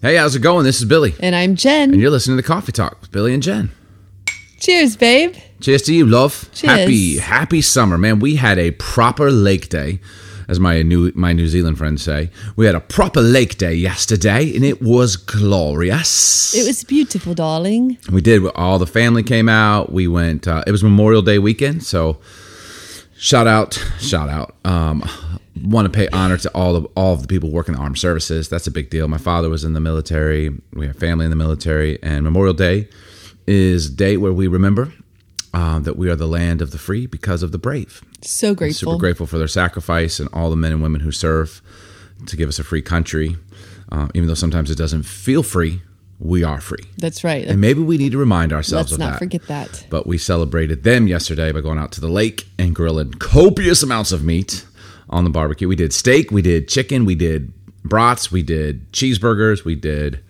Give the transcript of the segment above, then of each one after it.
Hey, how's it going? This is Billy, And I'm Jen. and you're listening to Coffee Talk with Billy and Jen. Cheers, babe. Cheers to you, love. Cheers. Happy, happy summer, man. We had a proper lake day, as my new my New Zealand friends say. We had a proper lake day yesterday, and it was glorious. It was beautiful, darling. We did. All the family came out. We went. Uh, it was Memorial Day weekend, so shout out, shout out. Um, want to pay honor to all of all of the people working the armed services. That's a big deal. My father was in the military. We have family in the military, and Memorial Day is a day where we remember uh, that we are the land of the free because of the brave. So Super grateful. grateful for their sacrifice and all the men and women who serve to give us a free country. Uh, even though sometimes it doesn't feel free, we are free. That's right. And maybe we need to remind ourselves Let's of not that. forget that. But we celebrated them yesterday by going out to the lake and grilling copious amounts of meat on the barbecue. We did steak, we did chicken, we did brats, we did cheeseburgers, we did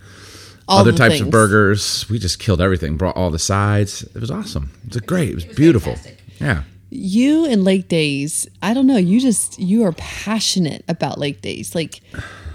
All other the types of things. burgers. We just killed everything, brought all the sides. It was awesome. It was great. It was, beautiful. Yeah. You and Lake Days, I don't know, you just you are passionate about Lake Days. Like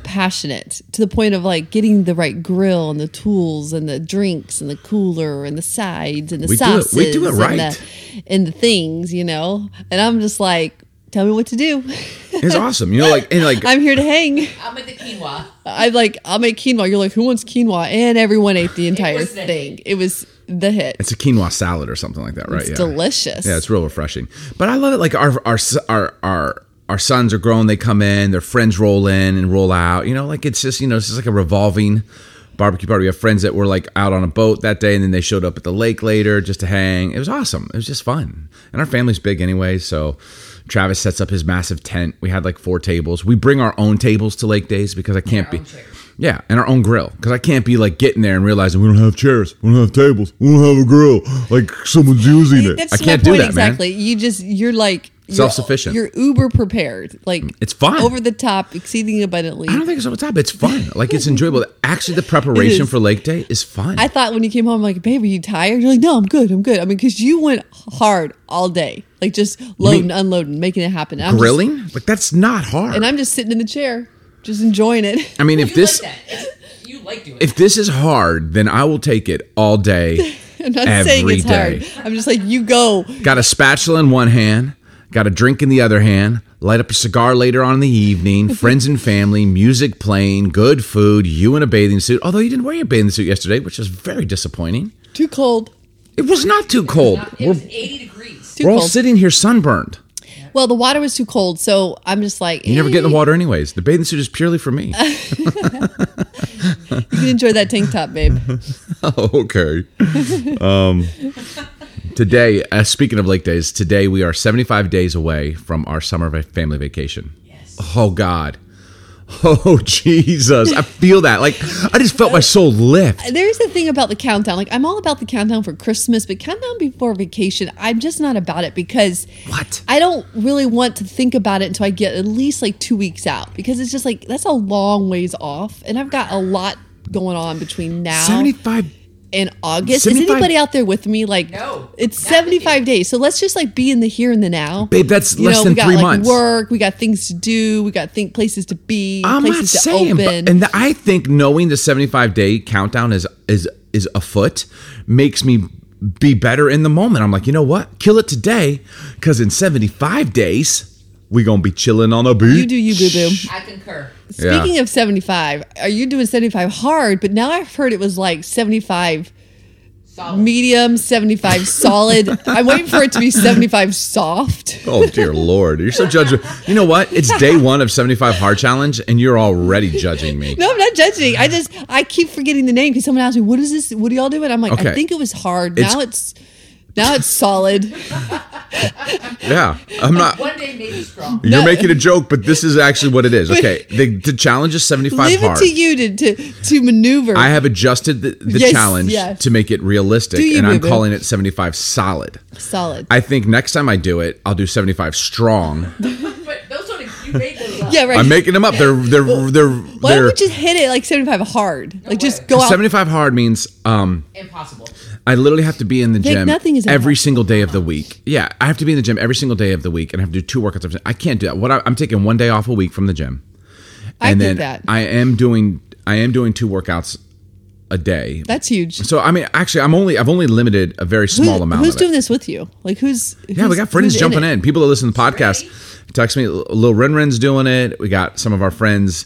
passionate to the point of like getting the right grill and the tools and the drinks and the cooler and the sides and the We do it- sauces we do it and, right. the, and the things, you know. And I'm just like, tell me what to do. It was awesome. You know, like and like I'm here to hang. I'll make the quinoa. I'm like, I'll make quinoa. You're like, who wants quinoa? And everyone ate the entire was the thing. It was the hit. it's a quinoa salad or something like that, right? It's yeah. delicious. Yeah, it's real refreshing. But I love it. Like our our our our our sons are grown. They come in. Their friends roll in and roll out. You know, like it's just you know it's just like a revolving barbecue party. We have friends that were like out on a boat that day, and then they showed up at the lake later just to hang. It was awesome. It was just fun. And our family's big anyway, so. Travis sets up his massive tent. We had like four tables. We bring our own tables to lake days because I can't be, yeah, and our own grill because I can't be like getting there and realizing we don't have chairs, we don't have tables, we don't have a grill. Like someone's using it. That's I can't my do point that, man. exactly. You just you're like you're- Self-sufficient. You're uber prepared. Like It's fun. Over the top, exceeding abundantly. I don't think it's over the top. It's fun. Like it's enjoyable. Actually, the preparation is. for Lake Day is fun. I thought when you came home, I'm like, babe, are you tired? You're like, no, I'm good. I'm good. I mean, because you went hard all day, like just loading, unloading, making it happen. I'm just- Grilling, like that's not hard. and I'm just sitting in the chair, just enjoying it. I mean, if you this like that. It's- you like doing if this is hard, then I will take it all day. I'm not Every saying it's day. hard. I'm just like, you go. got a spatula in one hand, got a drink in the other hand. Light up a cigar later on in the evening. Friends and family, music playing, good food. You in a bathing suit. Although you didn't wear your bathing suit yesterday, which is very disappointing. Too cold. It was not too it. cold. Not- It We're, was 80 degrees. Too we're all cold. sitting here sunburned. well, the water was too cold, so I'm just like, You never get in the "Eh, water anyways. The bathing suit is purely for me. You can enjoy that tank top, babe. Oh, okay. Um, today, uh, speaking of lake days, today we are 75 days away from our summer va- family vacation. Yes. Oh, God. Oh, Jesus. I feel that. Like, I just felt my soul lift. there's the thing about the countdown. Like I'm all about the countdown for Christmas, but countdown before vacation, I'm just not about it because What? I don't really want to think about it until I get at least like two weeks out because it's just like that's a long ways off, and I've got a lot going on between now 75. and August. Is 75 anybody out there with me? Like, No, it's not with 75 days, so let's just like be in the here and the now, Babe, that's You less know, than we got, three like, months. Work, we got things to do, we got think places to be, I'm not places to saying, open. but, and th- I think knowing the 75 day countdown is is is afoot makes me be better in the moment. I'm like, you know what? Kill it today, because in 75 days we gonna be chilling on a beach. you do you, boo boo. I concur. Yeah. Speaking of 75, are you doing 75 hard? But now I've heard it was like 75 Solid. medium, 75 solid. I'm waiting for it to be 75 soft. Oh dear lord, you're so judging. You know what? It's day one of 75 hard challenge, and you're already judging me. No, I'm not judging. I just, I keep forgetting the name because someone asked me, what is this? What do y'all do? And I'm like, Okay. I think it was hard. It's- now it's, now it's solid. Yeah, I'm not. One day maybe strong. You're making a joke, but this is actually what it is. Okay, the, the challenge is 75 Leave hard. it to you to, to, to maneuver. I have adjusted the, the Yes, challenge yeah. to make it realistic, Do you, and I'm boo-boo? calling it 75 solid. solid. I think next time I do it, I'll do 75 strong. But those don't, you made those up. yeah, right. I'm making them up. They're they're they're Why don't they're we just hit it like 75 hard? like just way. go out. 75 hard means um Impossible. I literally have to be in the Like, gym nothing is every impossible. single day of the week. Yeah, I have to be in the gym every single day of the week, and I have to do two workouts. every- I can't do that. What I, I'm taking one day off a week from the gym, I and did then that. I am doing I am doing two workouts a day. That's huge. So I mean, actually, I'm only I've only limited a very Who- small amount. Who's of it. doing this with you? Like who's? Yeah, we got friends jumping in, People that listen to the podcast text me. Lil Renren's doing it. We got some of our friends.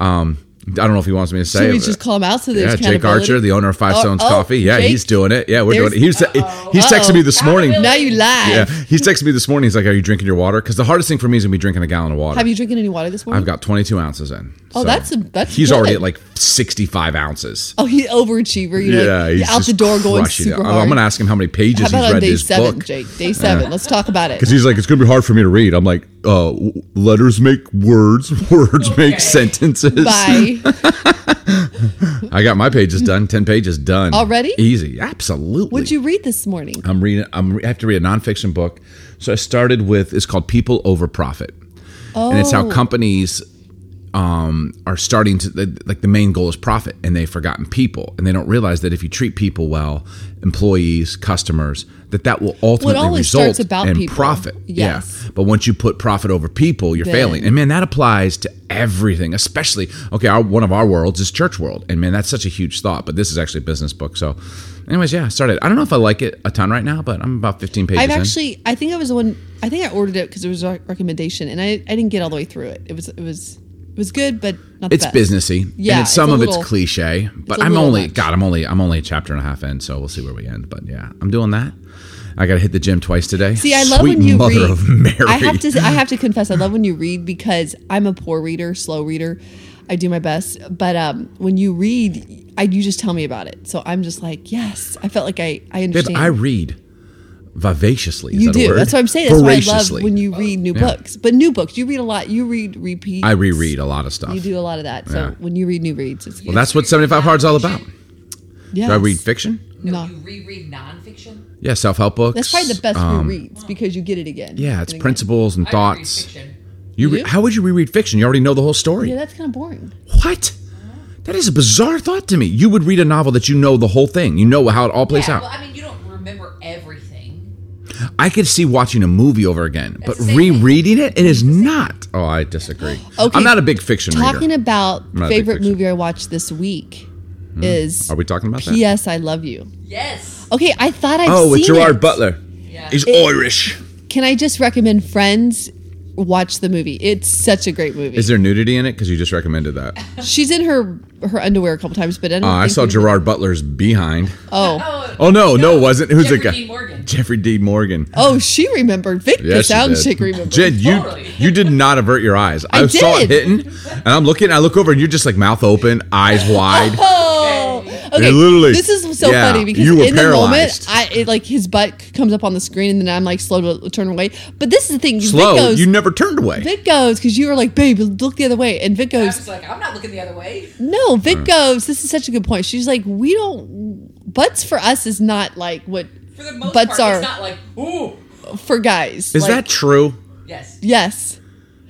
Um, I don't know if he wants me to say. Should we it, just call him out so there's yeah, Jake Archer, the owner of Five Oh, Stones oh, Coffee. Yeah, Jake. he's doing it. Yeah, we're There's- doing it. He was he's texting Uh-oh. me this morning. Now you lie. Yeah, he's texting me this morning. He's like, "Are you drinking your water?" Because the hardest thing for me is gonna be drinking a gallon of water. Have you drinking any water this morning? I've got 22 ounces in. Oh, that's a- that's he's already good. at like 65 ounces. oh, he overachiever. You're yeah, like, he's you're out the just door going crushing it. super I'm- hard. I'm gonna ask him how many How pages he's about on read day this seven, book. Jake? Day seven. Let's talk about it. Because he's like, it's going to be hard for me to read. I'm like, uh, w- letters make words, words Okay. make sentences. Bye. Mm-hmm. I got my pages done, 10 pages done. Already? Easy. Absolutely. What'd you read this morning? I'm reading, I'm, re- I have to read a nonfiction book. So I started with, it's called People Over Profit. Oh, And it's how companies um, are starting to, the- like, the main goal is profit, and they've forgotten people. And they don't realize that if you treat people well, employees, customers, that that will ultimately always result starts about in people. profit. Yes. Yeah. But once you put profit over people, you're Then- failing. And man, that applies to everything, especially, okay, our, one of our worlds is church world. And man, that's such a huge thought, but this is actually a business book. So, anyways, yeah, I started. I don't know if I like it a ton right now, but I'm about 15 pages I've in. actually. I think I was the one. I think I ordered it because it was a recommendation, and I, I didn't get all the way through it. It was it was it was good, but not the it's best. businessy Yeah, and it's it's, some a of little- it's cliche but a i'm little only much. god i'm only i'm only a chapter and a half in so we'll see where we end but yeah i'm doing that i gotta hit the gym twice today See, I love Sweet when you mother read. of mary I have to. I have to confess, I love when you read because I'm a poor reader, slow reader. I do my best, but um, when you read, I, you just tell me about it. So I'm just like, yes, I felt like I I Babe, understand. i read vivaciously is you that a do. word? That's what I'm saying. That's why I love Voraciously. when you read new books. But new books, you read a lot. You read repeat. i reread a lot of stuff You do a lot of that. So Yeah. when you read new reads, it's good. well that's what 75 hard's all about do yes. i read fiction No, No. you reread nonfiction. yeah self-help books That's probably the best um, new reads because you get it again. yeah it's And again. principles and I thoughts Reread fiction. you re- You do? how would you reread fiction you already know the whole story Yeah, that's kind of boring. What? That is a bizarre thought to me. You would read a novel that you know the whole thing. You know how it all plays Yeah, out. well, I mean, you don't remember everything. I could see watching a movie over again, but the same rereading it, it is not. Oh, I disagree. Okay, I'm not a big fiction Talking reader. about not a big favorite fiction. Hmm? movie I watched this week is Are we talking about that? P.S. I Love You. Yes. Okay, I thought I've Oh, with seen Gerard it. Butler. Yeah. He's It- Irish. Can I just recommend Friends? Watch the movie. It's such a great movie. Is there nudity in it? Because you just recommended that. She's in her her underwear a couple times, but I don't. Uh, I think saw we- Gerard Butler's behind. Oh, Oh no, no, it wasn't. Who's Jeffrey the guy? Dean Morgan. Jeffrey Dean Morgan. oh, she remembered. Vic, the Yes, you sound did. chick, remembered. Jen, you Totally. you did not avert your eyes. I, I saw it did. hitting, and I'm looking. I look over, and you're just like mouth open, eyes wide. Oh, okay. literally- this is so yeah, funny because you were in paralyzed. the moment, I it, like his butt comes up on the screen, and then I'm like slow to turn away. But this is the thing. Slow. Vic goes, you never turned away. Vic goes because you were like, babe, look the other way, and Vic I goes, was like, I'm not looking the other way. No, Vic goes, this is such a good point. She's like, we don't, butts for us is not like what For the most Butts part, are- it's not like ooh. for guys. is Like, that true? Yes. Yes.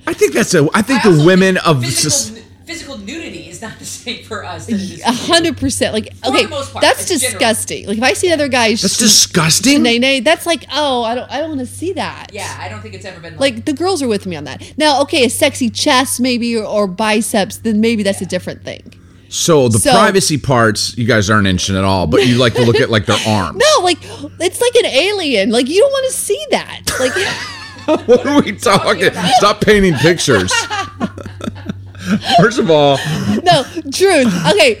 I think that's a. I I think also the women of physical, s- physical nudity is not the same for us. That it is A hundred percent. Like, the okay, most part, that's it's general. disgusting. Like, if I see another guy, that's disgusting. nay, nay, that's like, oh, I don't, I don't want to see that. Yeah, I don't think it's ever been like, Like the girls are with me on that. Now, okay, a sexy chest maybe or, or biceps, then maybe that's a different thing. So the So- privacy parts you guys aren't interested at all, but you like to look at like their arms. No, like it's like an alien. Like you don't want to see that. Like what are we talking? Stop painting pictures. First of all, no, Drew. Okay,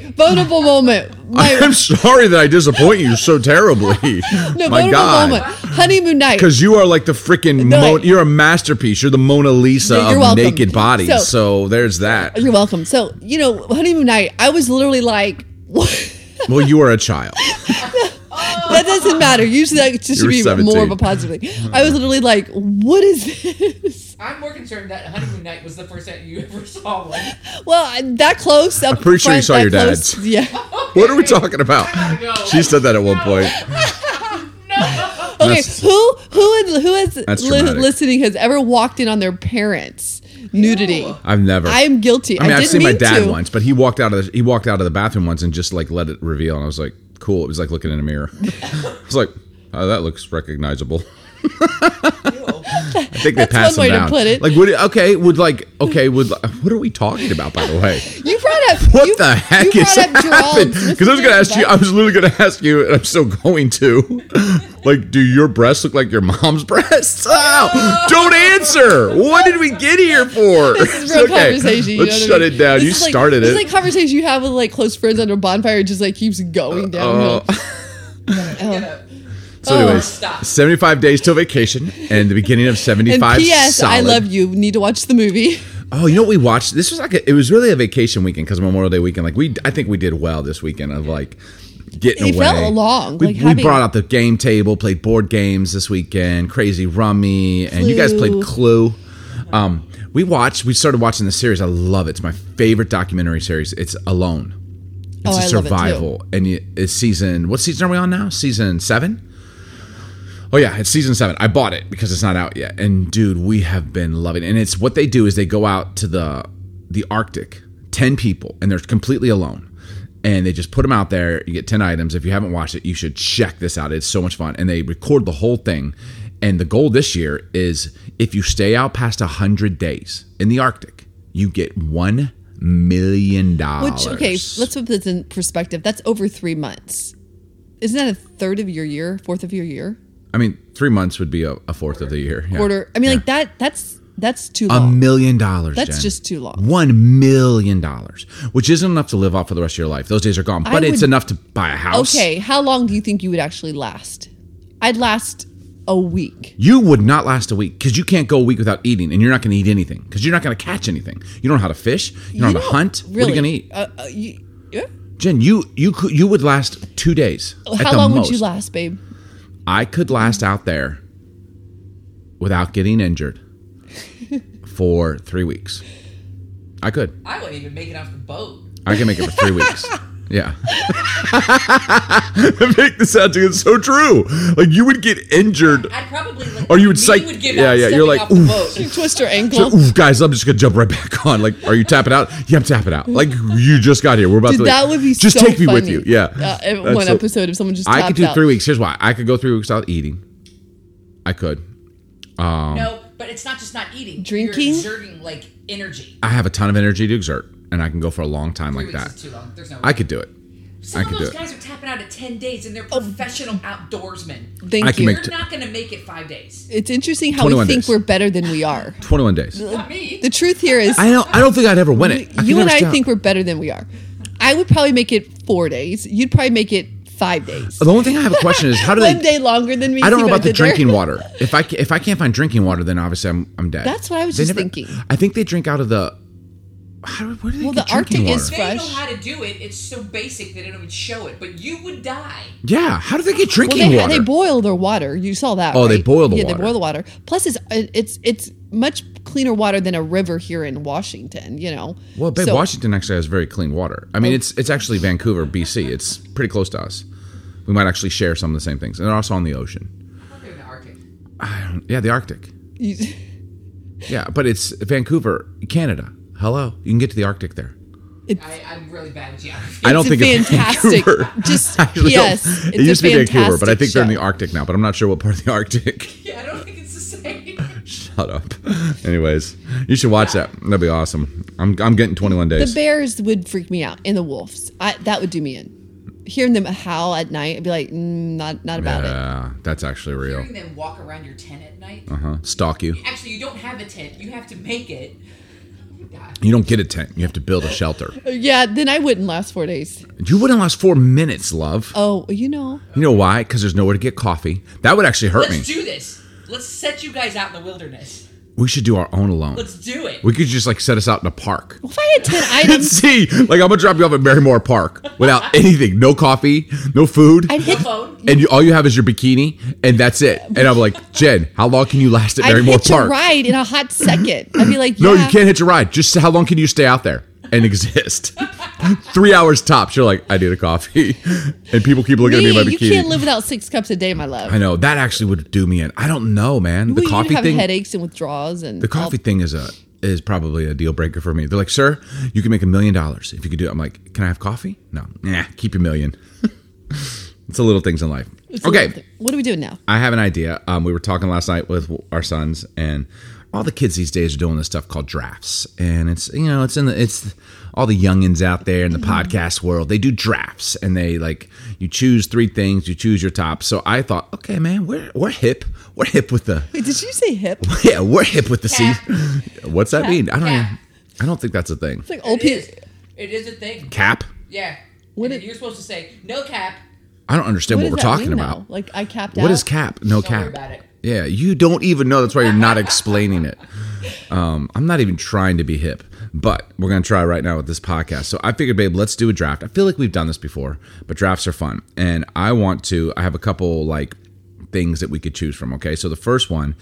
vulnerable moment. My, I'm sorry that I disappoint you so terribly. No, My vulnerable God. moment. Honeymoon night. Because you are like the freaking, No, Mo- like- you're a masterpiece. You're the Mona Lisa You're of welcome. naked bodies. So- So, there's that. You're welcome. So, you know, honeymoon night, I was literally like, Well, you are a child. that doesn't matter. Usually that just should were be 17. more of a positive thing. I was literally like, what is this? I'm more concerned that honeymoon night was the first time you ever saw one. Uh-huh. Well, I- that close. I'm pretty sure you saw your dad's. Yeah. What are we talking I about? gotta go. She said that at one point. Okay, That's- who who in- who is That's li- dramatic. listening has ever walked in on their parents' nudity? Ew. I've never. I am guilty. I, I mean, I've didn't seen my mean dad to. once, but he walked out of the, he walked out of the bathroom once and just like let it reveal, and I was like, cool. It was like looking in a mirror. It's like, oh, that looks recognizable. I think they That's passed one them way to down. put it. Like, would okay, would like okay, would what are we talking about? By the way, You brought up what you, the heck you is brought up happening? drugs. Because I was going to ask you. I was literally going to ask you, and I'm still going to. like, do your breasts look like your mom's breasts? Oh, don't answer. What did we get here for? This is real conversation. you let's know shut what I mean? it down. This You is like- started this it. is like conversation you have with like close friends under a bonfire. It just like keeps going Oh, downhill. Get up. Oh. so, anyways, Stop. 75 days till vacation, and the beginning of and 75. P.S. I solid. love you. Need to watch the movie. Oh, you know what we watched? This was like a, it was really a vacation weekend because Memorial Day weekend. Like we, I think we did well this weekend of like getting It away. felt long, We, like we having- brought out the game table, played board games this weekend, crazy rummy, and you guys played Clue. Clue. Um, we watched. We started watching the series. I love it. It's my favorite documentary series. It's Alone. It's oh, a I love it survival, and you, it's season. What season are we on now? Season seven. Oh yeah, it's season seven. I bought it because it's not out yet. And dude, we have been loving it. And it's what they do is they go out to the the Arctic, ten people, and they're completely alone. And they just put them out there. You get ten items. If you haven't watched it, you should check this out. It's so much fun. And they record the whole thing. And the goal this year is if you stay out past hundred days in the Arctic, you get one million too. dollars. Which okay, let's put this in perspective. That's over three months. Isn't that a third of your year? Fourth of your year? I mean, three months would be a, a fourth of the year. Yeah. Um, Quarter? I mean, like that. That's that's too A long. million dollars. That's Jen. just too long. One million dollars, which isn't enough to live off for the rest of your life. Those days are gone, but it's would- enough to buy a house. okay, how long do you think you would actually last? I'd last a week. You would not last a week because you can't go a week without eating, and you're not going to eat anything because you're not going to catch anything. You don't know how to fish. You don't know how to hunt. What are you going to eat, Uh, uh, you, yeah. Jen? You you could you would last two days. at How the long most. would you last, babe? I could last out there without getting injured for three weeks. I could. I wouldn't even make it off the boat. I can make it for three weeks. Yeah. make this sound like it's so true. Like you would get injured. I'd probably like. Or you would me psych- Would give yeah, out yeah, stepping you're like, off the "Oof." You boat. twist your ankle. So, oof, guys, I'm just gonna jump right back on. Like, are you tapping out? Yeah, I'm tapping out. Like you just got here. We're about Dude, to. leave. that would be just so take me with funny. you. Yeah. Uh, in That's one so- episode if someone just I could tapped do out. three weeks. Here's why. I could go three weeks without eating. I could. no, Um, but it's not just not eating. Drinking? You're exerting like energy. I have a ton of energy to exert, and I can go for a long time Three like weeks that. is too long. There's no. I could do it. Some I of could those do it. Oh. guys are tapping out at ten days, and they're professional outdoorsmen. Thank I can you. make You're t- not going to make it five days. it's interesting how we 21 think days. we're better than we are. Twenty-one days. Not me. The truth here is I don't. I don't think I'd ever win it. you and would I stay out. think we're better than we are. I would probably make it four days. You'd probably make it five days. The only thing I have a question is how do One they? day longer than me. I don't see know what about the did there. drinking water. If I ca- if I can't find drinking water, then obviously I'm I'm dead. That's what I was They just thinking. I think they drink out of the. How, do- where do they Well, get the drinking Arctic water? is- They know Fresh. how to do it. It's so basic they don't even show it. But you would die. yeah, how do they get Well, drinking they, ha- water? they boil their water. You saw that. Oh, they right? boil the yeah, water. they boil the water. Plus, it's uh, it's it's much cleaner water than a river here in Washington. You know. well, babe, So- Washington actually has very clean water. I mean, Oh. it's it's actually Vancouver, BC. It's pretty close to us. We might actually share some of the same things, and they're also on the ocean. They're in the Arctic. I don't, yeah, the Arctic. You, Yeah, but it's Vancouver, Canada. Hello, you can get to the Arctic there. I, I'm really bad at geography. I don't It's think it's fantastic. Vancouver. Just I really don't- yes, It used to be Vancouver, but I think they're in the Arctic. Arctic now. But I'm not sure what part of the Arctic. Yeah, I don't think it's the same. Shut up. Anyways, you should watch that. That'd be awesome. I'm, I'm getting 21 The days. bears would freak me out, and the wolves. I, that would do me in. Hearing them howl at night, I'd be like, mm, not not about it. yeah, that's actually real. Hearing them walk around your tent at night. Huh? Stalk you. Actually, you don't have a tent. You have to make it. God. You don't get a tent. You have to build a shelter. Uh, Yeah, then I wouldn't last four days. You wouldn't last four minutes, love. Oh, you know, You know why? Because there's nowhere to get coffee. That would actually hurt me. Let's do this. Let's set you guys out in the wilderness. we should do our own alone. Let's do it. We could just like set us out in a park. if I had ten And items, see, like I'm gonna drop you off at Barrymore Park without anything, no coffee, no food. I'd hit. phone. and you, all you have is your bikini, and that's it. And I'm like, Jen, how long can you last at I'd Barrymore hitch a Park? ride in a hot second. I'd be like, yeah. No, you can't hitch a ride. Just how long can you stay out there and exist? Three hours tops. You're like, I need a coffee, and people keep looking at Me, me in my you can't bikini. live without six cups a day, my love. I know that actually would do me in. I don't know, man. The Well, coffee you'd have thing. headaches and withdrawals, and The coffee thing is a is probably a deal breaker for me. They're like, sir, you can make a million dollars if you could do. It. I'm like, can I have coffee? No, nah, keep your million. it's the little things in life. It's a Okay. little thing. What are we doing now? I have an idea. Um, we were talking last night with our sons, and all the kids these days are doing this stuff called drafts, and it's you know it's in the it's all the youngins out there in the podcast world. They do drafts, and they like you choose three things, you choose your top. So I thought, okay, man, we're we're hip, we're hip with the Wait, did you say hip? It's yeah, we're hip with the Cap. season. What's that mean? I don't Cap. even, I don't think that's a thing. like old It is. people. It is a thing. Cap. Yeah. What What and it- then you're supposed to say no cap. I don't understand what, does we're that talking mean about. now? Like I capped out. What is cap? No Don't cap. worry about it. Yeah, you don't even know. That's why you're not explaining it. Um, I'm not even trying to be hip, but we're gonna try right now with this podcast. So I figured, babe, let's do a draft. I feel like we've done this before, but drafts are fun, and I want to. I have a couple like things that we could choose from. Okay, so the first one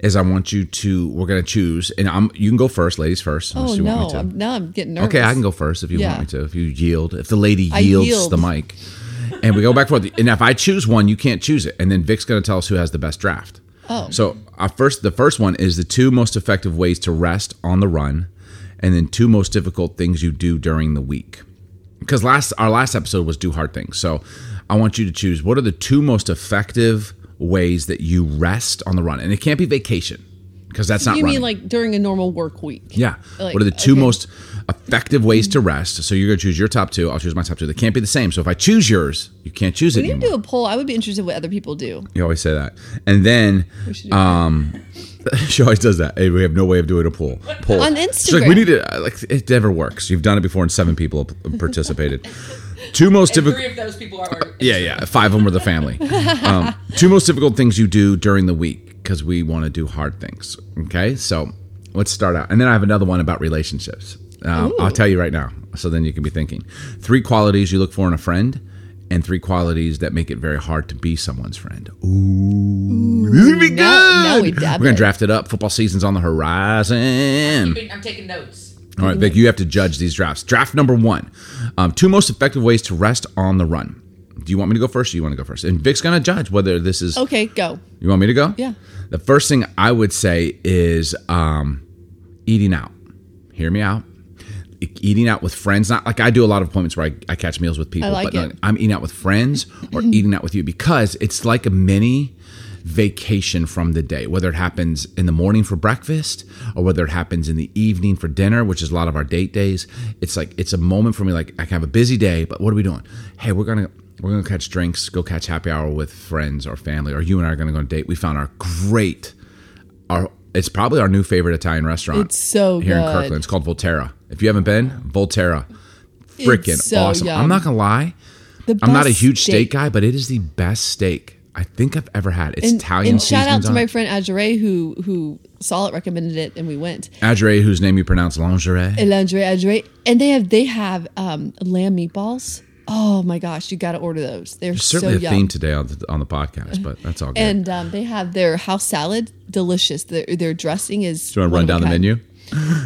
is I want you to. We're gonna choose, and I'm. You can go first, ladies first. Oh unless you no! Want me to. I'm, now I'm getting nervous. Okay, I can go first if you Yeah. want me to. If you yield, if the lady yields yield. the mic, and we go back and forth. And if I choose one, you can't choose it. And then Vic's going to tell us who has the best draft. Oh. So our first, the first one is the two most effective ways to rest on the run, and then two most difficult things you do during the week. Because last our last episode was do hard things. So I want you to choose what are the two most effective ways that you rest on the run, and it can't be vacation because that's not You running. mean like during a normal work week? Yeah. Like, what are the two okay. most effective ways to rest? So you're going to choose your top two. I'll choose my top two. They can't be the same. So if I choose yours, you can't choose it We need to anymore. do a poll. I would be interested in what other people do. You always say that. And then We should do um, she always does that. Hey, we have no way of doing a poll. poll. On She's like, we Instagram. need to, uh, like, it never works. You've done it before and seven people have participated. two most And difficult. three of those people are. Yeah, yeah. Five of them were the family. Um, two most difficult things you do during the week because we want to do hard things. Okay, so let's start out, and then I have another one about relationships. Um, I'll tell you right now, so then you can be thinking. Three qualities you look for in a friend, and three qualities that make it very hard to be someone's friend. Ooh, this is gonna be good. now- now we are dab gonna it. draft it up. Football season's on the horizon. I'm taking notes. All right, Vic, you have to judge these drafts. Draft number one um, two most effective ways to rest on the run. Do you want me to go first or you want to go first? And Vic's going to judge whether this is. Okay, go. You want me to go? Oh. Yeah. The first thing I would say is um, eating out. Hear me out. E- Eating out with friends, not like I do a lot of appointments where I, I catch meals with people, I like but no, it. I'm eating out with friends or eating out with you because it's like a mini vacation from the day, whether it happens in the morning for breakfast or whether it happens in the evening for dinner, which is a lot of our date days. It's like it's a moment for me, like I can have a busy day, but what are we doing? Hey, we're gonna we're gonna catch drinks, go catch happy hour with friends or family, or you and I are gonna go on a date. We found our great our it's probably our new favorite Italian restaurant. It's so here in good. Kirkland. It's called Volterra. If you haven't been, Volterra. Freaking It's so awesome. I'm yum. not gonna lie. The I'm not a best huge steak. guy, but it is the best steak I think I've ever had. It's And, Italian. and shout out seasonings to on my it. friend Ajere who who saw it, recommended it, and we went. Adjere, whose name you pronounce lingerie. And Ajere, Ajere, and they have they have um, lamb meatballs. Oh my gosh, you got to order those. They're so Certainly a yum. theme today on the, on the podcast, but that's all good. And um, they have their house salad, delicious. Their, their dressing is. Do you want to run one of a down the kind. menu?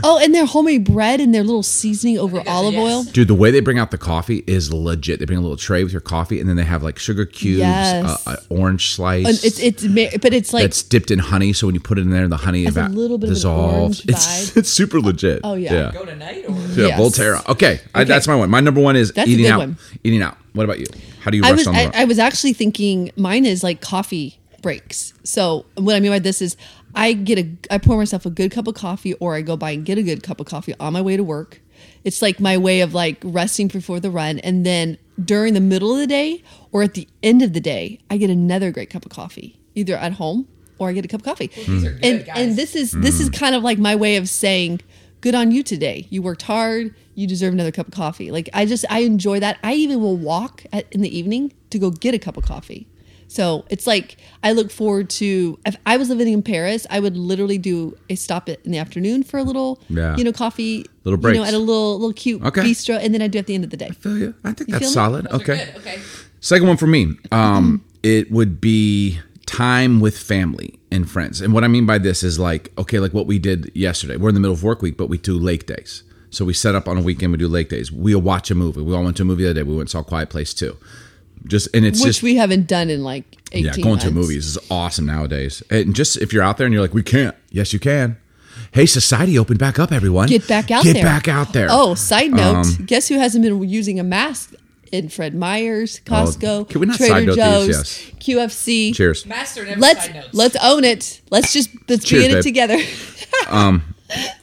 Oh, and their homemade bread and their little seasoning over that's a olive yes. oil. Dude, the way they bring out the coffee is legit. They bring a little tray with your coffee, and then they have like sugar cubes, Yes. uh, an orange slice. And it's it's ma- but it's like that's dipped in honey. So when you put it in there, the honey Has a eva- little bit of an dissolves. orange it's, vibe. it's super legit. Oh, yeah. yeah. Go tonight or. Yeah, Yes. Volterra. Okay, I, that's my one. My number one is That's a eating good out. one. Eating out. What about you? How do you I rest was on the I, road? I was actually thinking mine is like coffee breaks. So what I mean by this is I get a I pour myself a good cup of coffee or I go by and get a good cup of coffee on my way to work. It's like my way of like resting before the run and then during the middle of the day or at the end of the day, I get another great cup of coffee, either at home or I get a cup of coffee. these are good, and guys. and this is this Mm. is kind of like my way of saying good on you today. You worked hard. You deserve another cup of coffee. Like I just I enjoy that. I even will walk at, in the evening to go get a cup of coffee. So it's like I look forward to. If I was living in Paris, I would literally do a stop it in the afternoon for a little, Yeah. you know, coffee, Little you know, breaks. at a little little cute Okay. bistro, and then I do at the end of the day. Feel you. I think feel that's me? solid. Those are Okay. good, Okay. Second one for me, Mm-hmm. um, it would be time with family and friends. And what I mean by this is like, okay, like what we did yesterday. We're in the middle of work week, but we do lake days. So we set up on a weekend. We do lake days. We'll watch a movie. We all went to a movie the other day. We went and saw Quiet Place too. Just and it's Which just we haven't done in like 18 yeah, going to months. movies is awesome nowadays. And just if you're out there and you're like, we can't. Yes, you can. Hey, society, open back up, everyone. Get back out Get there. back out there. Um, Oh, side note, guess who hasn't been using a mask in Fred Meyer's, Costco, Oh, can we not side Trader note Joe's, these? Yes. QFC. Cheers. Master never Let's side notes. let's own it. Let's just let's Cheers, be in it babe. together.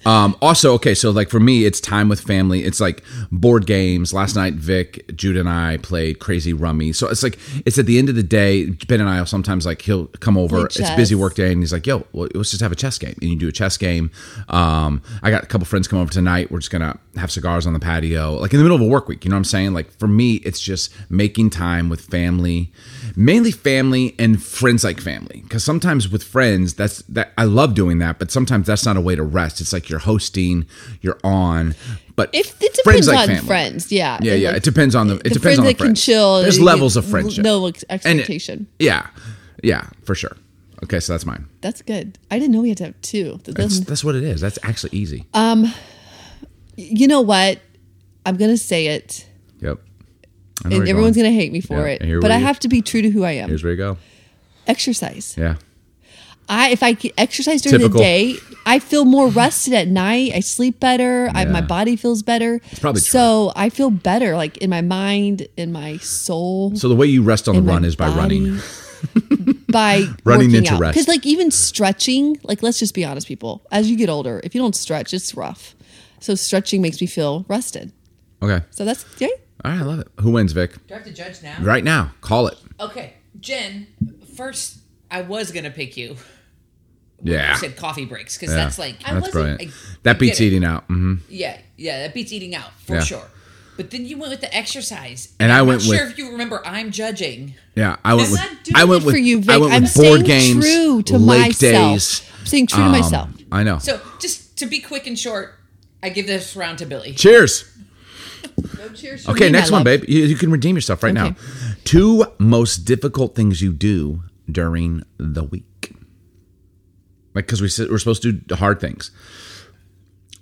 Um, also, okay, so like for me, it's time with family. It's like board games. Last night, Vic, Jude, and I played Crazy Rummy. So it's like it's at the end of the day. Ben and I will sometimes like he'll come over. Play It's a busy chess. work day, and he's like, "Yo, well, let's just have a chess game." And you do a chess game. Um, I got a couple friends come over tonight. We're just gonna have cigars on the patio, like in the middle of a work week. You know what I'm saying? Like for me, it's just making time with family, mainly family and friends like family. Because sometimes with friends, that's that I love doing that, but sometimes that's not a way to rest. It's like you're hosting, you're on. But If it depends on friends, yeah, Yeah, and yeah. like it depends on the. It the depends friends on the that can friends. chill. There's you- levels of friendship. No ex- And it- expectation. yeah, yeah, for sure. Okay, so that's mine. That's good. I didn't know we had to have two. That That's doesn't- that's what it is. That's actually easy. Uh, you know what? I'm gonna say it, yep. I know where and you're everyone's going. gonna hate me for Yeah, here it. But we- I have to be true to who I am. Here's where you go. Exercise. Yeah. I if I could exercise during Typical. the day, I feel more rested at night. I sleep better. I, my Yeah. body feels better. probably true. so. I feel better, like in my mind, in my soul. So the way you rest on the my run is by body, running. by Running working into out. rest. Because like even stretching, like let's just be honest, people. As you get older, if you don't stretch, it's rough. So stretching makes me feel rested. Okay. So that's yeah. All right, I love it. Who wins, Vic? Do I have to judge now? Right now, call it. Okay, Jen. First, I was gonna pick you. Yeah. You said coffee breaks because Yeah. that's like I that's wasn't. brilliant. I- I that get beats it. eating out. hmm Yeah, yeah, that beats eating out for Yeah. sure. But then you went with the exercise, And I I'm went not sure with- if you remember. I'm judging. Yeah, I went I'm with. not doing I went Good with. for you, Vic. I went am with board staying games, true to lake myself. days. I'm staying true Um, to myself. I know. So just to be quick and short, I give this round to Billy. Cheers. No cheers. Okay, Redeem, next I one, love. babe. You, you can redeem yourself right now. Okay. Two most difficult things you do during the week. Like, because we said we're supposed to do hard things.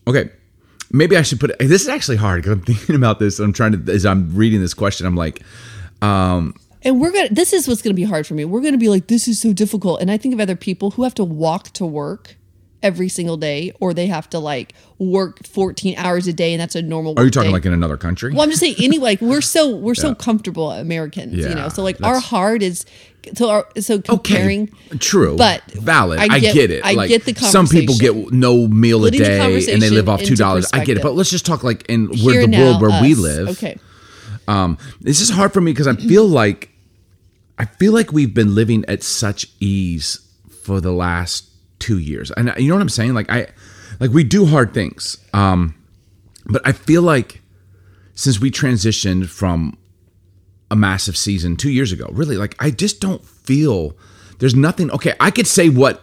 Okay, maybe I should put it. This is actually hard because I'm thinking about this. And I'm trying to, as I'm reading this question, I'm like, And we're gonna. This is what's gonna be hard for me. We're gonna be like, this is so difficult. And I think of other people who have to walk to work every single day, or they have to like work 14 hours a day, and that's a normal. are you work talking day. like in another country? Well, I'm just saying. Anyway, like we're so we're so comfortable Americans, Yeah, you know. So like our hard is so our so okay, comparing. true, but valid. I I get, get- it. I like, get the Some people get no meal a Putting the day and they live conversation off two into dollars. I get it, perspective. but let's just talk like in here where the and world now, where we us. live. Okay, this is hard for me because I feel like I feel like we've been living at such ease for the last two years, and you know what I'm saying. Like I, like we do hard things, um, but I feel like since we transitioned from a massive season two years ago, really, like I just don't feel there's nothing. Okay, I could say what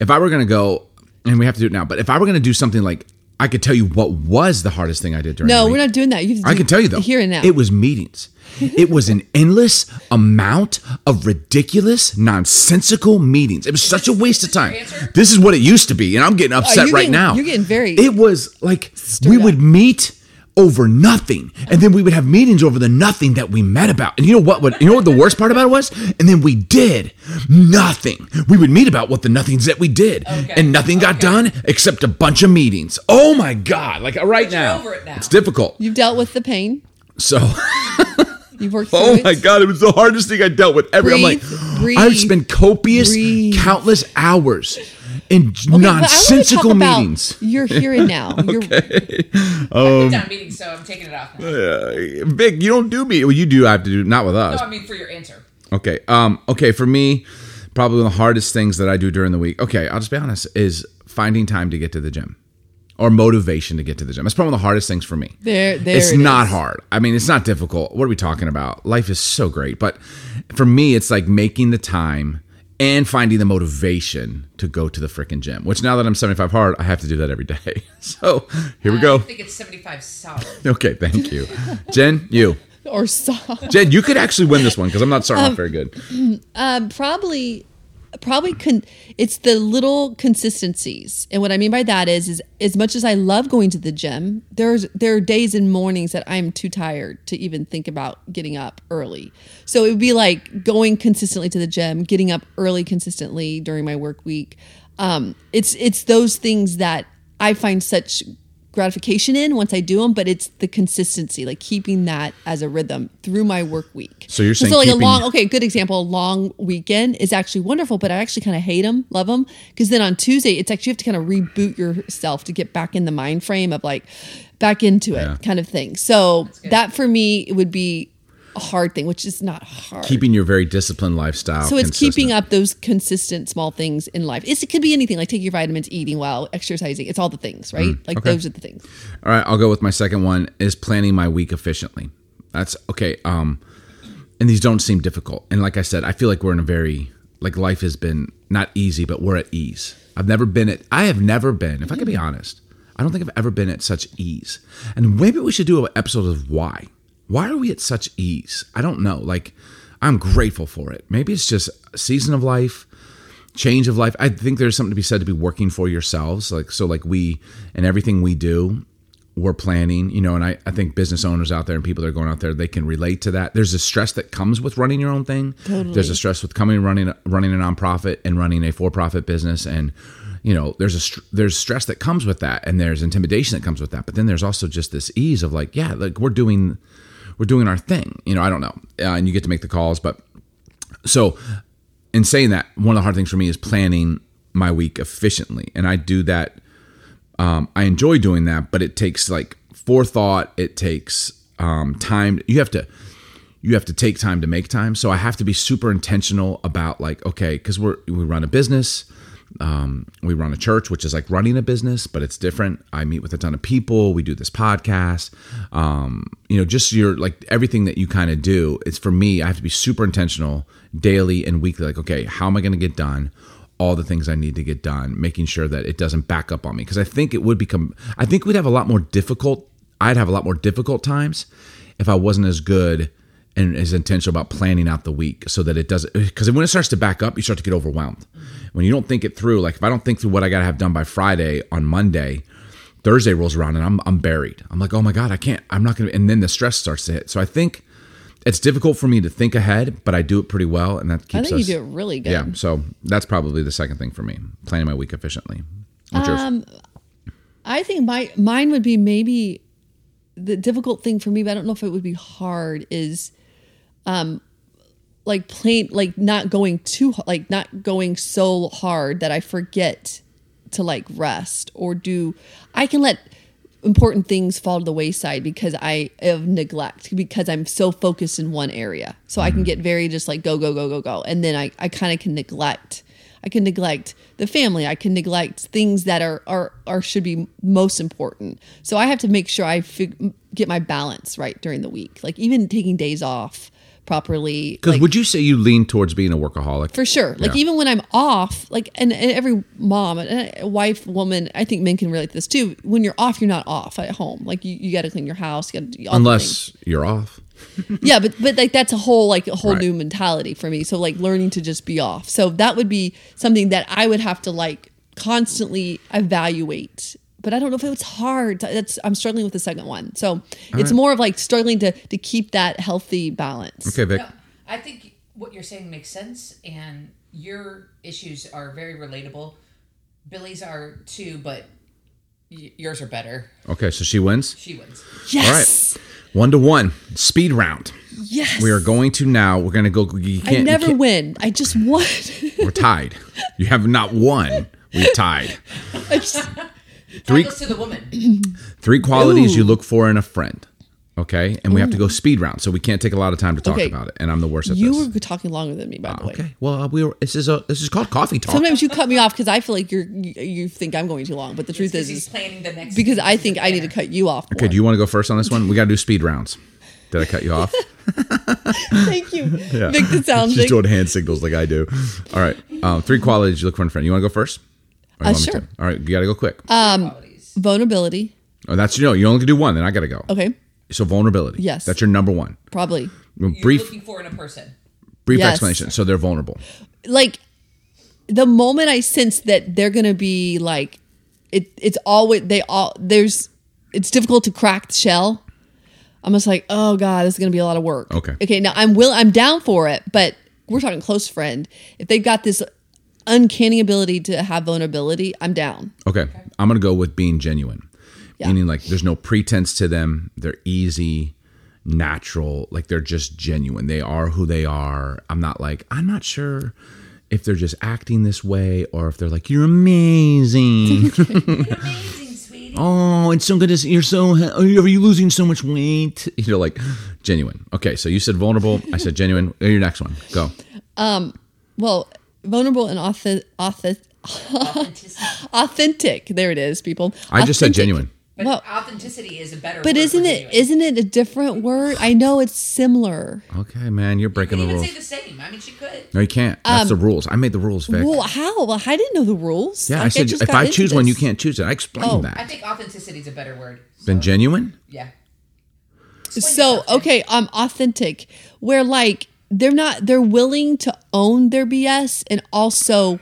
if I were gonna go, and we have to do it now. But if I were gonna do something like, I could tell you what was the hardest thing I did during. no, the week. we're not doing that. You have to I do can tell you though, here and now. it was meetings. It was an endless amount of ridiculous, nonsensical meetings. It was such a waste of time. This is what it used to be, and I'm getting upset Oh, you're right getting- now. you're getting very It was like we up. would meet over nothing, and then we would have meetings over the nothing that we met about. And you know what? What you know what the worst part about it was? And then we did nothing. We would meet about what the nothings that we did, Okay. and nothing got done except a bunch of meetings. Oh my god! Like right you're now, over it now. it's difficult. You've dealt with the pain. So. You've worked. Oh through my it. god, it was the hardest thing I dealt with. Every Breathe, I'm like, breathe, I've spent copious, breathe. countless hours in Okay, but I wanna nonsensical talk about meetings. You're here and now. You're Um, down meeting, so I'm taking it off. Now. Uh, No, Vic, you don't do me. Well, you do. I have to do not with us. I mean for your answer. Okay. Um. Okay. For me, probably one of the hardest things that I do during the week. Okay, I'll just be honest. Is finding time to get to the gym, or motivation to get to the gym. That's probably one of the hardest things for me. there. There. it's it not is. hard. I mean, it's not difficult. What are we talking about? Life is so great. But for me, it's like making the time and finding the motivation to go to the freaking gym, which now that I'm 75 hard, I have to do that every day. So here we I go. think it's 75 solid. Okay, thank you. Jen, you. Or soft. Jen, you could actually win this one because I'm not starting off very good. Um, probably, probably con- it's the little consistencies, and what I mean by that is, is as much as I love going to the gym, there's there are days and mornings that I'm too tired to even think about getting up early. So it would be like going consistently to the gym, getting up early consistently during my work week. Um, it's it's those things that I find such gratification in once I do them, but it's the consistency, like keeping that as a rhythm through my work week. So you're saying so like keeping- a long, okay, good example, a long weekend is actually wonderful, but I actually kind of hate them, love them, because then on Tuesday it's actually you have to kind of reboot yourself to get back in the mind frame of like back into it Yeah. kind of thing. So that for me it would be a hard thing, which is not hard. keeping your very disciplined lifestyle. So it's consistent. keeping up those consistent small things in life. It's, it could be anything like taking your vitamins, eating well, exercising. It's all the things, right? like Mm, okay. those are the things. All right, I'll go with my second one is planning my week efficiently. That's okay. Um, and these don't seem difficult. And like I said, I feel like we're in a very like life has been not easy, but we're at ease. I've never been at. I have never been. If I can be honest, I don't think I've ever been at such ease. And maybe we should do an episode of why. Why are we at such ease? I don't know. Like, I'm grateful for it. Maybe it's just a season of life change of life. I think there's something to be said to be working for yourselves. Like so, like we and everything we do, we're planning, you know, and I, I think business owners out there and people that are going out there, they can relate to that. There's a stress that comes with running your own thing. There's a stress with coming running running a nonprofit and running a for profit business and you know, there's a str- there's stress that comes with that and there's intimidation that comes with that. But then there's also just this ease of like, yeah, like we're doing we're doing our thing. You know, I don't know. Uh, and you get to make the calls, but so in saying that one of the hard things for me is planning my week efficiently and i do that um, i enjoy doing that but it takes like forethought it takes um, time you have to you have to take time to make time so i have to be super intentional about like okay because we're we run a business um, we run a church which is like running a business but it's different i meet with a ton of people we do this podcast um, you know just your like everything that you kind of do it's for me i have to be super intentional daily and weekly like okay how am i going to get done all the things i need to get done making sure that it doesn't back up on me because i think it would become i think we'd have a lot more difficult i'd have a lot more difficult times if i wasn't as good and is intentional about planning out the week so that it doesn't because when it starts to back up you start to get overwhelmed when you don't think it through like if i don't think through what i got to have done by friday on monday thursday rolls around and i'm, I'm buried i'm like oh my god i can't i'm not gonna and then the stress starts to hit so i think it's difficult for me to think ahead but i do it pretty well and that keeps I think us you do it really good. yeah so that's probably the second thing for me planning my week efficiently What's yours? Um, I think my mine would be maybe the difficult thing for me, but I don't know if it would be hard is um like plain like not going too h- like not going so hard that I forget to like rest or do I can let important things fall to the wayside because I of neglect because I'm so focused in one area. So I can get very just like go go go go go and then I I kind of can neglect I can neglect the family. I can neglect things that are are are should be most important. So I have to make sure I fig- get my balance right during the week. Like even taking days off properly. because like- would you say you lean towards being a workaholic for sure. Like Yeah. even when I'm off, like and, and every mom, and uh, wife, woman, I think men can relate to this too. When you're off, you're not off at home. Like you, you got to clean your house. You gotta do all the things. unless you're off yeah, but but like that's a whole like a whole Right. new mentality for me. So like learning to just be off. So that would be something that I would have to like constantly evaluate. But I don't know if it's hard. That's I'm struggling with the second one. So it's more of like struggling to to keep that healthy balance. okay vic No, I think what you're saying makes sense, and your issues are very relatable. Billy's are too, but y- yours are better. okay so she wins She wins. Yes. One to one speed round. Yes. We are going to now. We're going to go. You can't. I you never can't- win. I just won. We're tied. You have not won. We've tied. I just- Three Goes to the woman. three qualities you Ooh. look for in a friend. Okay, and we have to go speed round, so we can't take a lot of time to talk Okay. about it. And I'm the worst at you this. were talking longer than me, by the way. okay. Well, uh, we were. This is a. This is called coffee talk. Sometimes you cut me off because I feel like you're you, you think I'm going too long, but the truth is, Because he's is planning the next. because thing I to think do I need to there. cut you off. okay. Do you want to go first on this one? We got to do speed rounds. Did I cut you off? Thank you. Make the sound. She's Vic. doing hand signals like I do. All right. Um, three qualities you look for in a friend. You want to go first? Or you Uh, want me sure. to? All right. You got to go quick. Qualities. Vulnerability. oh, that's you know. You only can do one. Then I got to go. Okay, So vulnerability. Yes. That's your number one. probably You're Brief looking for in a person. brief Yes. explanation. So they're vulnerable. like the moment I sense that they're gonna be like it. It's always they all there's. It's difficult to crack the shell. I'm just like, oh god, this is gonna be a lot of work. Okay. Okay. Now I'm will I'm down for it, but we're talking close friend. If they've got this uncanny ability to have vulnerability, I'm down. Okay. I'm gonna go with being genuine. Yeah. Meaning like there's no pretense to them. They're easy, natural, like they're just genuine. They are who they are. I'm not like I'm not sure if they're just acting this way or if they're like you're amazing. Amazing, sweetie. oh, it's so good to see you're so he- are you are you losing so much weight? You know like genuine. Okay, so you said vulnerable, I said genuine. Your next one. Go. Well, vulnerable and authentic, authentic, Authenticity. authentic. There it is, people. I just said Authentic. genuine. But Well- authenticity is a better. But isn't it isn't it a different word? I know it's similar. Okay, man, you're You breaking could the even rules. say the same. I mean, she could. No, you can't. That's the rules. I made the rules, Vic. Well, how? Well, I didn't know the rules. yeah, Like, I said just if got I into choose one, you this. can't choose it. I explained Oh. that. I think authenticity is a better word. Been genuine? Yeah. So okay, um, authentic, where like they're not they're willing to own their BS and also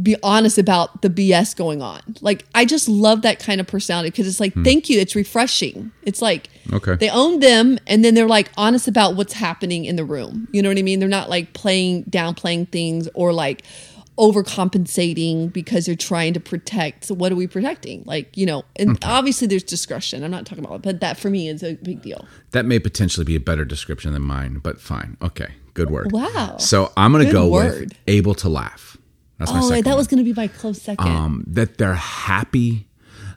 be honest about the BS going on. Like I just love that kind of personality because it's like thank you, it's refreshing. It's like Hmm. Okay. they own them and then they're like honest about what's happening in the room. You know what I mean? They're not like playing downplaying things or like overcompensating because they're trying to protect. So what are we protecting? Like, you know, and obviously there's discretion. I'm not talking about it, but that for me is a big deal. that may potentially be a better description than mine, but fine. Okay. Good word. Wow. So I'm gonna Good go with word. able to laugh. That's my Oh, second. that one. was going to be my close second. um, that they're happy.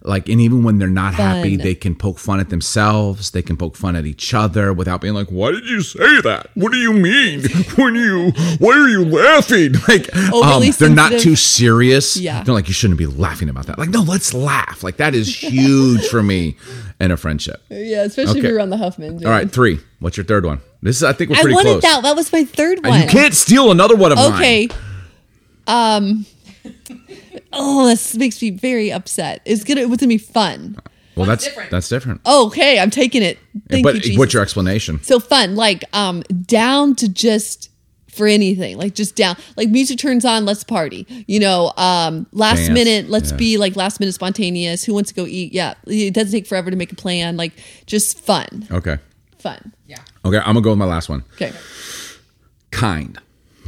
Like, and even when they're not happy, Fun. they can poke fun at themselves. They can poke fun at each other without being like, "Why did you say that? What do you mean? When you, why are you laughing?" Like, um, Overly they're not sensitive. too serious. Yeah. they're like, "You shouldn't be laughing about that." Like, no, let's laugh. Like that is huge for me in a friendship. yeah, especially if okay. you're around the Huffmans. All right, three. What's your third one? This is, I think, we're I pretty wanted close. that. That was my third one. You can't steal another one of mine. Okay. Um. Oh, this makes me very upset. It's gonna. It was gonna be fun. Well, One's that's different. that's different. Okay, I'm taking it. Thank but you, Jesus. what's your explanation? so fun? Like, um, down to just for anything. Like, just down. Like, music turns on. Let's party. You know, um, last Dance, minute. Let's yeah. be like last minute spontaneous. Who wants to go eat? Yeah, it doesn't take forever to make a plan. Like, just fun, Okay. fun. Yeah. Okay, I'm gonna go with my last one. Okay. kind.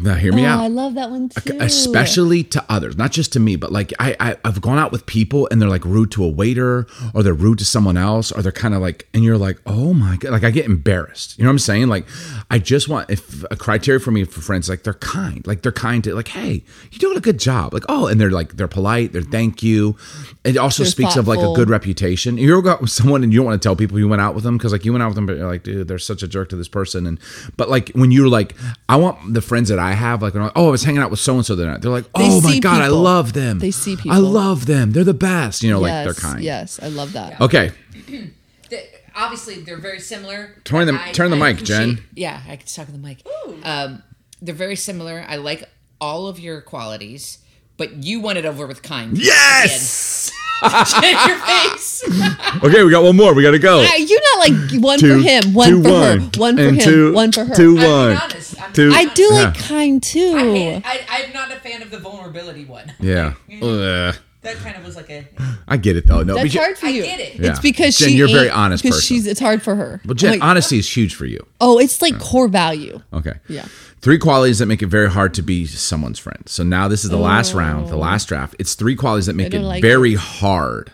Now hear me Oh, out. I love that one too. Especially to others, not just to me, but like I, I I've gone out with people and they're like rude to a waiter or they're rude to someone else or they're kind of like and you're like oh my god like I get embarrassed. You know what I'm saying? Like I just want if a criteria for me for friends like they're kind, like they're kind to like hey you're doing a good job, like oh and they're like they're polite, they're thank you. It also They're speaks of like a thoughtful. good reputation. You ever go out with someone and you don't want to tell people you went out with them because like you went out with them, but you're like, dude, they're such a jerk to this person. And but like when you're like, I want the friends that I have, like, when I'm like oh, I was hanging out with so and so the night. They're like, oh my see god, I people. love them. They see I people. love them. They're the best. You know, yes, like they're kind. Yes, I love that. Okay, The- obviously, they're very similar. Turn the- I- turn the I mic, Jen. appreciate- Yeah, I can talk to the mic. Um, they're very similar. I like all of your qualities, but you won it over with kind. yes. Again. your face. Okay, we got one more. We gotta go. Uh, You're not like one Two- for him, one two, for one. her, one for And him, two- one for her. two, I'm one. being honest. I'm Two. being I honest. do like Yeah. kind too. I hate- I, I'm not a fan of the vulnerability one. Yeah, Ugh. That kind of was like a. I get it though. No, That's but you- hard for I you. get it. Yeah. It's because Jen, she you're a very ain't- honest because person. she's it's hard for her. Well, Jen, Like, honesty is huge for you. oh, it's like core value. Okay. Yeah. Three qualities that make it very hard to be someone's friend. So now this is the last round, the last draft. It's three qualities that make it don't Oh. like very hard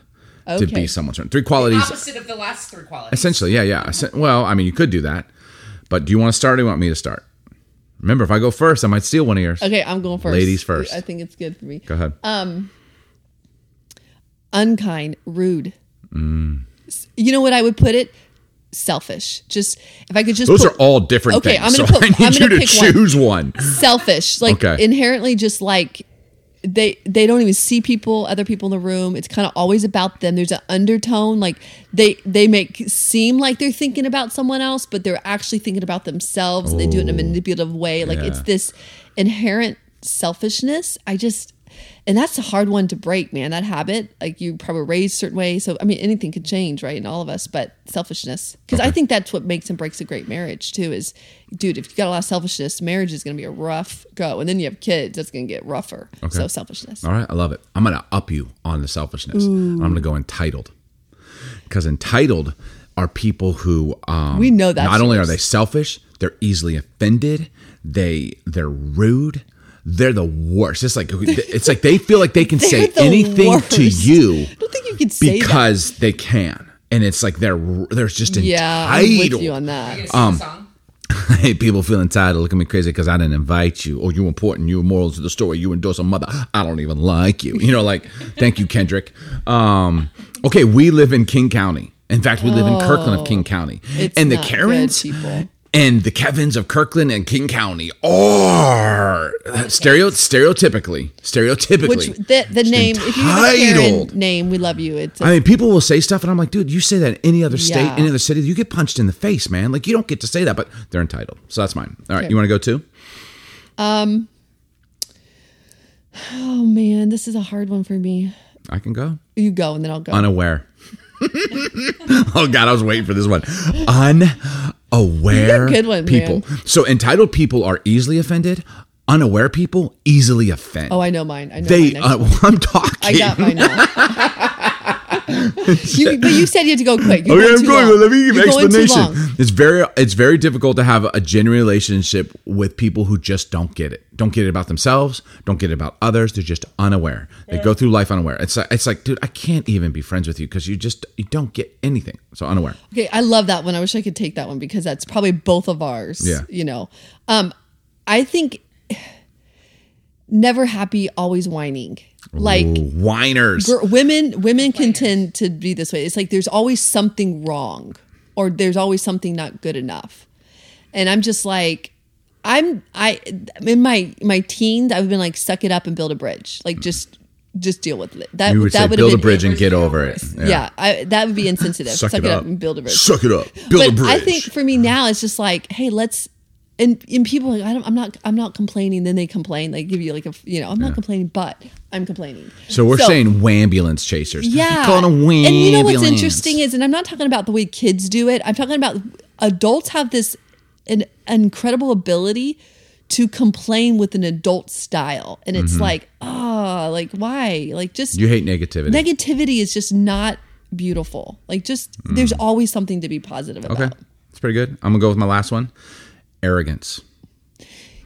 to Okay. be someone's friend. Three qualities, Opposite of the last three qualities. essentially. Yeah, yeah. Essen- Well, I mean, you could do that, but do you want to start? or Do you want me to start? Remember, if I go first, I might steal one of yours. Okay, Uh, I'm going first. Ladies first. I think it's good for me. Go ahead. Unkind, rude. Mm. S- You know what I would put it? Selfish. Just if I could just Those put, are all different Okay, things. I'm gonna so put- I need I'm you gonna to pick one. choose one. selfish like Okay. inherently just like they they don't even see people other people in the room it's kind of always about them there's an undertone like they they make it seem like they're thinking about someone else but they're actually thinking about themselves and they do it in a manipulative way like it's Oh, yeah. this inherent selfishness i just and that's a hard one to break man that habit like you probably raised a certain way so i mean anything could change right in all of us but selfishness because i think that's what makes and breaks a great marriage too is dude if you got a lot of selfishness marriage is going to be a rough go and then you have kids that's going to get rougher so selfishness All right, I love it. I'm going to up you on the selfishness. I'm going to go entitled. Because entitled are people who um, We know that's not only are yours. they selfish, they're easily offended, they they're rude, they're the worst. It's like it's like they feel like they can They're say the anything to worst. you I don't think you could say that. because they can, and it's like they're they're just entitled. Yeah, I'm with you on You're that. gonna sing um, song. Hey, people feeling tired of looking at me crazy because I didn't invite you. Or you important. You moral to the story. You endorse a mother. I don't even like you. You know, like thank you, Kendrick. Um, okay, we live in King County. In fact, we live in Kirkland of King County, It's and the not good, Karens people. and the Kevins of Kirkland and King County are uh, stereo stereotypically stereotypically. Which the, the name, if you have a Karen entitled. name, we love you. It's I mean, people will say stuff, and I'm like, dude, you say that in any other state, Yeah. any other city, you get punched in the face, man. Like, you don't get to say that, but they're entitled. So that's mine. All right, you want to go too? oh man, this is a hard one for me. I can go. You go and then I'll go. Unaware. oh God, I was waiting for this one. Unaware Good one, people. So entitled people are easily offended. Unaware people easily offend. oh, I know mine. I know they. mine. Uh, I'm talking. I got mine now. you, but you said you had to go quick. You're Okay, going I'm too going. long. but Let me give You're an going too explanation. long. It's very, it's very difficult to have a genuine relationship with people who just don't get it. Don't get it about themselves. Don't get it about others. They're just unaware. They go through life unaware. It's like, it's like, dude, I can't even be friends with you because you just you don't get anything. So unaware. Okay, I love that one. I wish I could take that one because that's probably both of ours. Yeah. You know, um, I think never happy, always whining. Like Ooh, whiners. gir- women, women can tend to be this way. It's like there's always something wrong, or there's always something not good enough. And I'm just like, I'm I in my my teens, I've been like, suck it up and build a bridge. Like just just deal with it. That Mm. you would that say would've build a been bridge and it. get over it. Yeah, I, that would be insensitive. Suck, it, up. and build a bridge Suck it up. Build a but bridge. I think for me now, it's just like, hey, let's. And, and people, are like, I don't, I'm not, I'm not complaining. Then they complain. They give you like a, you know, I'm not complaining, but I'm complaining. so we're saying wambulance chasers. yeah. Calling a wambulance. And you know what's interesting is, and I'm not talking about the way kids do it. I'm talking about adults have this an incredible ability to complain with an adult style, and it's like, oh, like why? Like just Mm-hmm. You hate negativity. negativity is just not beautiful. Like just there's always something to be positive about. Mm. okay, it's pretty good. I'm gonna go with my last one. Arrogance.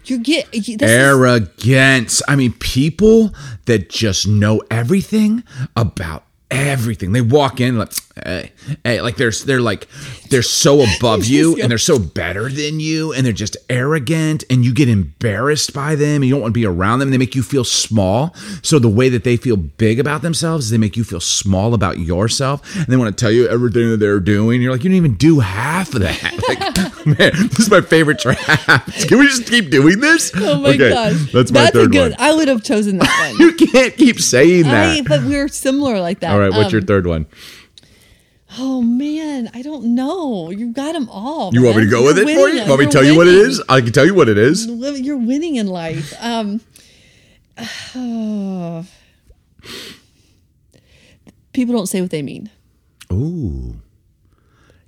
You get you- this is- arrogance. I mean, people that just know everything about everything. They walk in like, hey, hey, like they're they're like they're so above you and they're so better than you and they're just arrogant and you get embarrassed by them and you don't want to be around them. They make you feel small. So the way that they feel big about themselves, they make you feel small about yourself and they want to tell you everything that they're doing. You're like, you didn't even do half of that. Like, man, this is my favorite trap. Can we just keep doing this? oh my gosh. That's my a third good one. I would have chosen that one. You can't keep saying that. I, but we're similar like that. All right, what's your Um, third one? Oh man, I don't know. You got them all. You want me to man. go with You're it for you? winning. Want me to You're tell you what it winning. is? I can tell you what it is. Li- You're winning in life. Um People don't say what they mean. Ooh.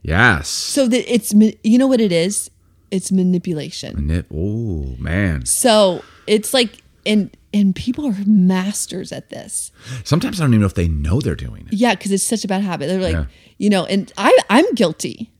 Yes. So that it's ma- you know what it is? It's manipulation. Nip. Ooh, man. So it's like and and people are masters at this. Sometimes I don't even know if they know they're doing it. Yeah, because it's such a bad habit. They're like, Yeah. you know, and I I'm guilty.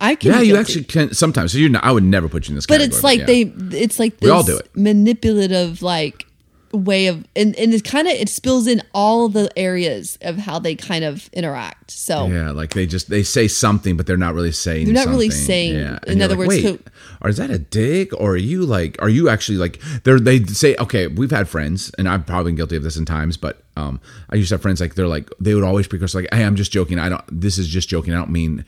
I can. Yeah, be you guilty. actually can sometimes. So you know, I would never put you in this But category. it's like yeah. they. It's like this We all do it. manipulative like way of and and it kind of it spills in all the areas of how they kind of interact. So Yeah, like they just they say something, but they're not really saying. They're not really something. saying- Yeah. in you're other like, words, wait, who- or is that a dig? Or are you like, are you actually like? They're they say, okay, we've had friends, and I've probably been guilty of this in times, but um, I used to have friends like they're like they would always precursor like, hey, I'm just joking. I don't. This is just joking. I don't mean.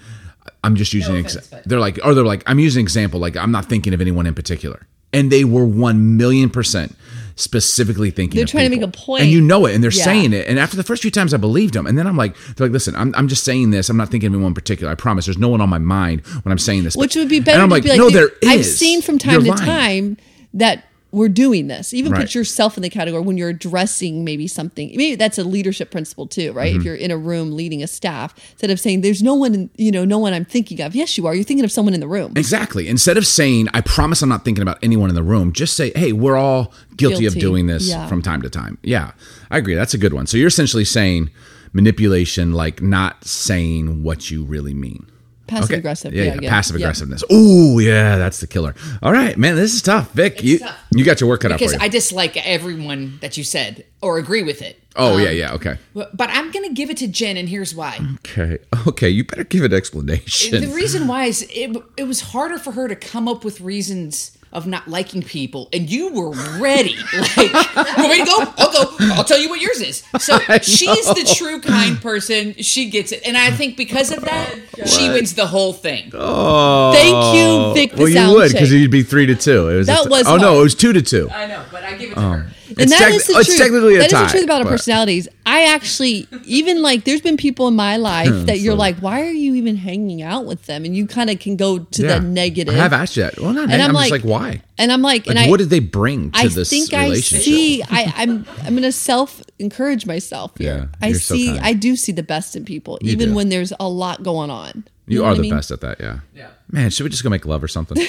I'm just using. an ex- offense, but- they're like, or they're like, I'm using an example. Like I'm not thinking of anyone in particular, and they were one million percent specifically thinking. They're of trying to people. make a point. and you know it, and they're Yeah. saying it it. And after the first few times, I believed him. And then I'm like, they're like, listen, I'm, I'm just saying this. I'm not thinking of anyone in particular. I promise. There's no one on my mind when I'm saying this. which But- would be And better I'm to like, be like no, they- there is. I've seen from time You're to lying." time that we're doing this. Even Right. put yourself in the category when you're addressing maybe something. Maybe that's a leadership principle too, right? Mm-hmm. If you're in a room leading a staff, instead of saying there's no one, in, you know, no one I'm thinking of. Yes, you are. You're thinking of someone in the room. Exactly. Instead of saying, I promise I'm not thinking about anyone in the room, just say, hey, we're all guilty, of Guilty. doing this Yeah. from time to time. Yeah, I agree. That's a good one. So you're essentially saying manipulation, like not saying what you really mean. Passive aggressive. Yeah, Yeah, yeah, yeah. passive Yeah. aggressiveness. Ooh, yeah, that's the killer. All right, man, this is tough. Vic, you tough. you got your work cut out because for you. I dislike everyone that you said or agree with it. oh Um, yeah, yeah, okay, But but I'm gonna give it to Jen, and here's why. okay, okay. You better give an the explanation. reason why is it, it was harder for her to come up with reasons of not liking people, and you were ready. Like, you want me to go? I'll go. I'll tell you what yours is. So she's the true kind person. She gets it, and I think because of that, she wins the whole thing. Thank you, Vic. Oh, The well, you sound would check. because you'd be three to two. It was a That t- was oh no, hard. it was two to two. I know, but I give it to her. and that tec- oh, is the it's truth. technically a That is tie, the truth about our but- personalities. I actually even like there's been people in my Hmm, life that you're like, why are you even hanging out with them? And you kind of can go to Yeah. the negative. I have asked you that. Well, not. And neg- I'm I'm, just like, like- why? and I'm like, Like, and I, what did they bring to I this think I relationship? see. I, I'm I'm gonna self encourage myself. Yeah, Here. I you're so see. kind. I do see the best in people, You even do. when there's a lot going on. you know are what I the mean? best at that. Yeah. Yeah. Man, should we just go make love or something?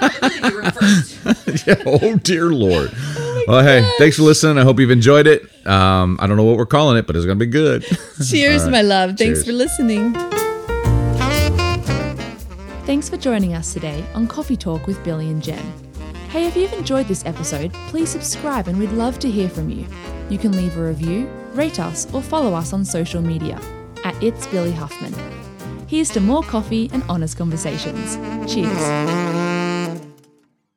You were first. yeah. Oh dear lord. Oh well, hey, thanks for listening. I hope you've enjoyed it. Um, I don't know what we're calling it, but it's gonna be good. Cheers, my love. Cheers. Thanks for listening. Thanks for joining us today on Coffee Talk with Billy and Jen. Hey, if you've enjoyed this episode, please subscribe and we'd love to hear from you. You can leave a review, rate us, or follow us on social media at It's Billy Huffman. Here's to more coffee and honest conversations. Cheers.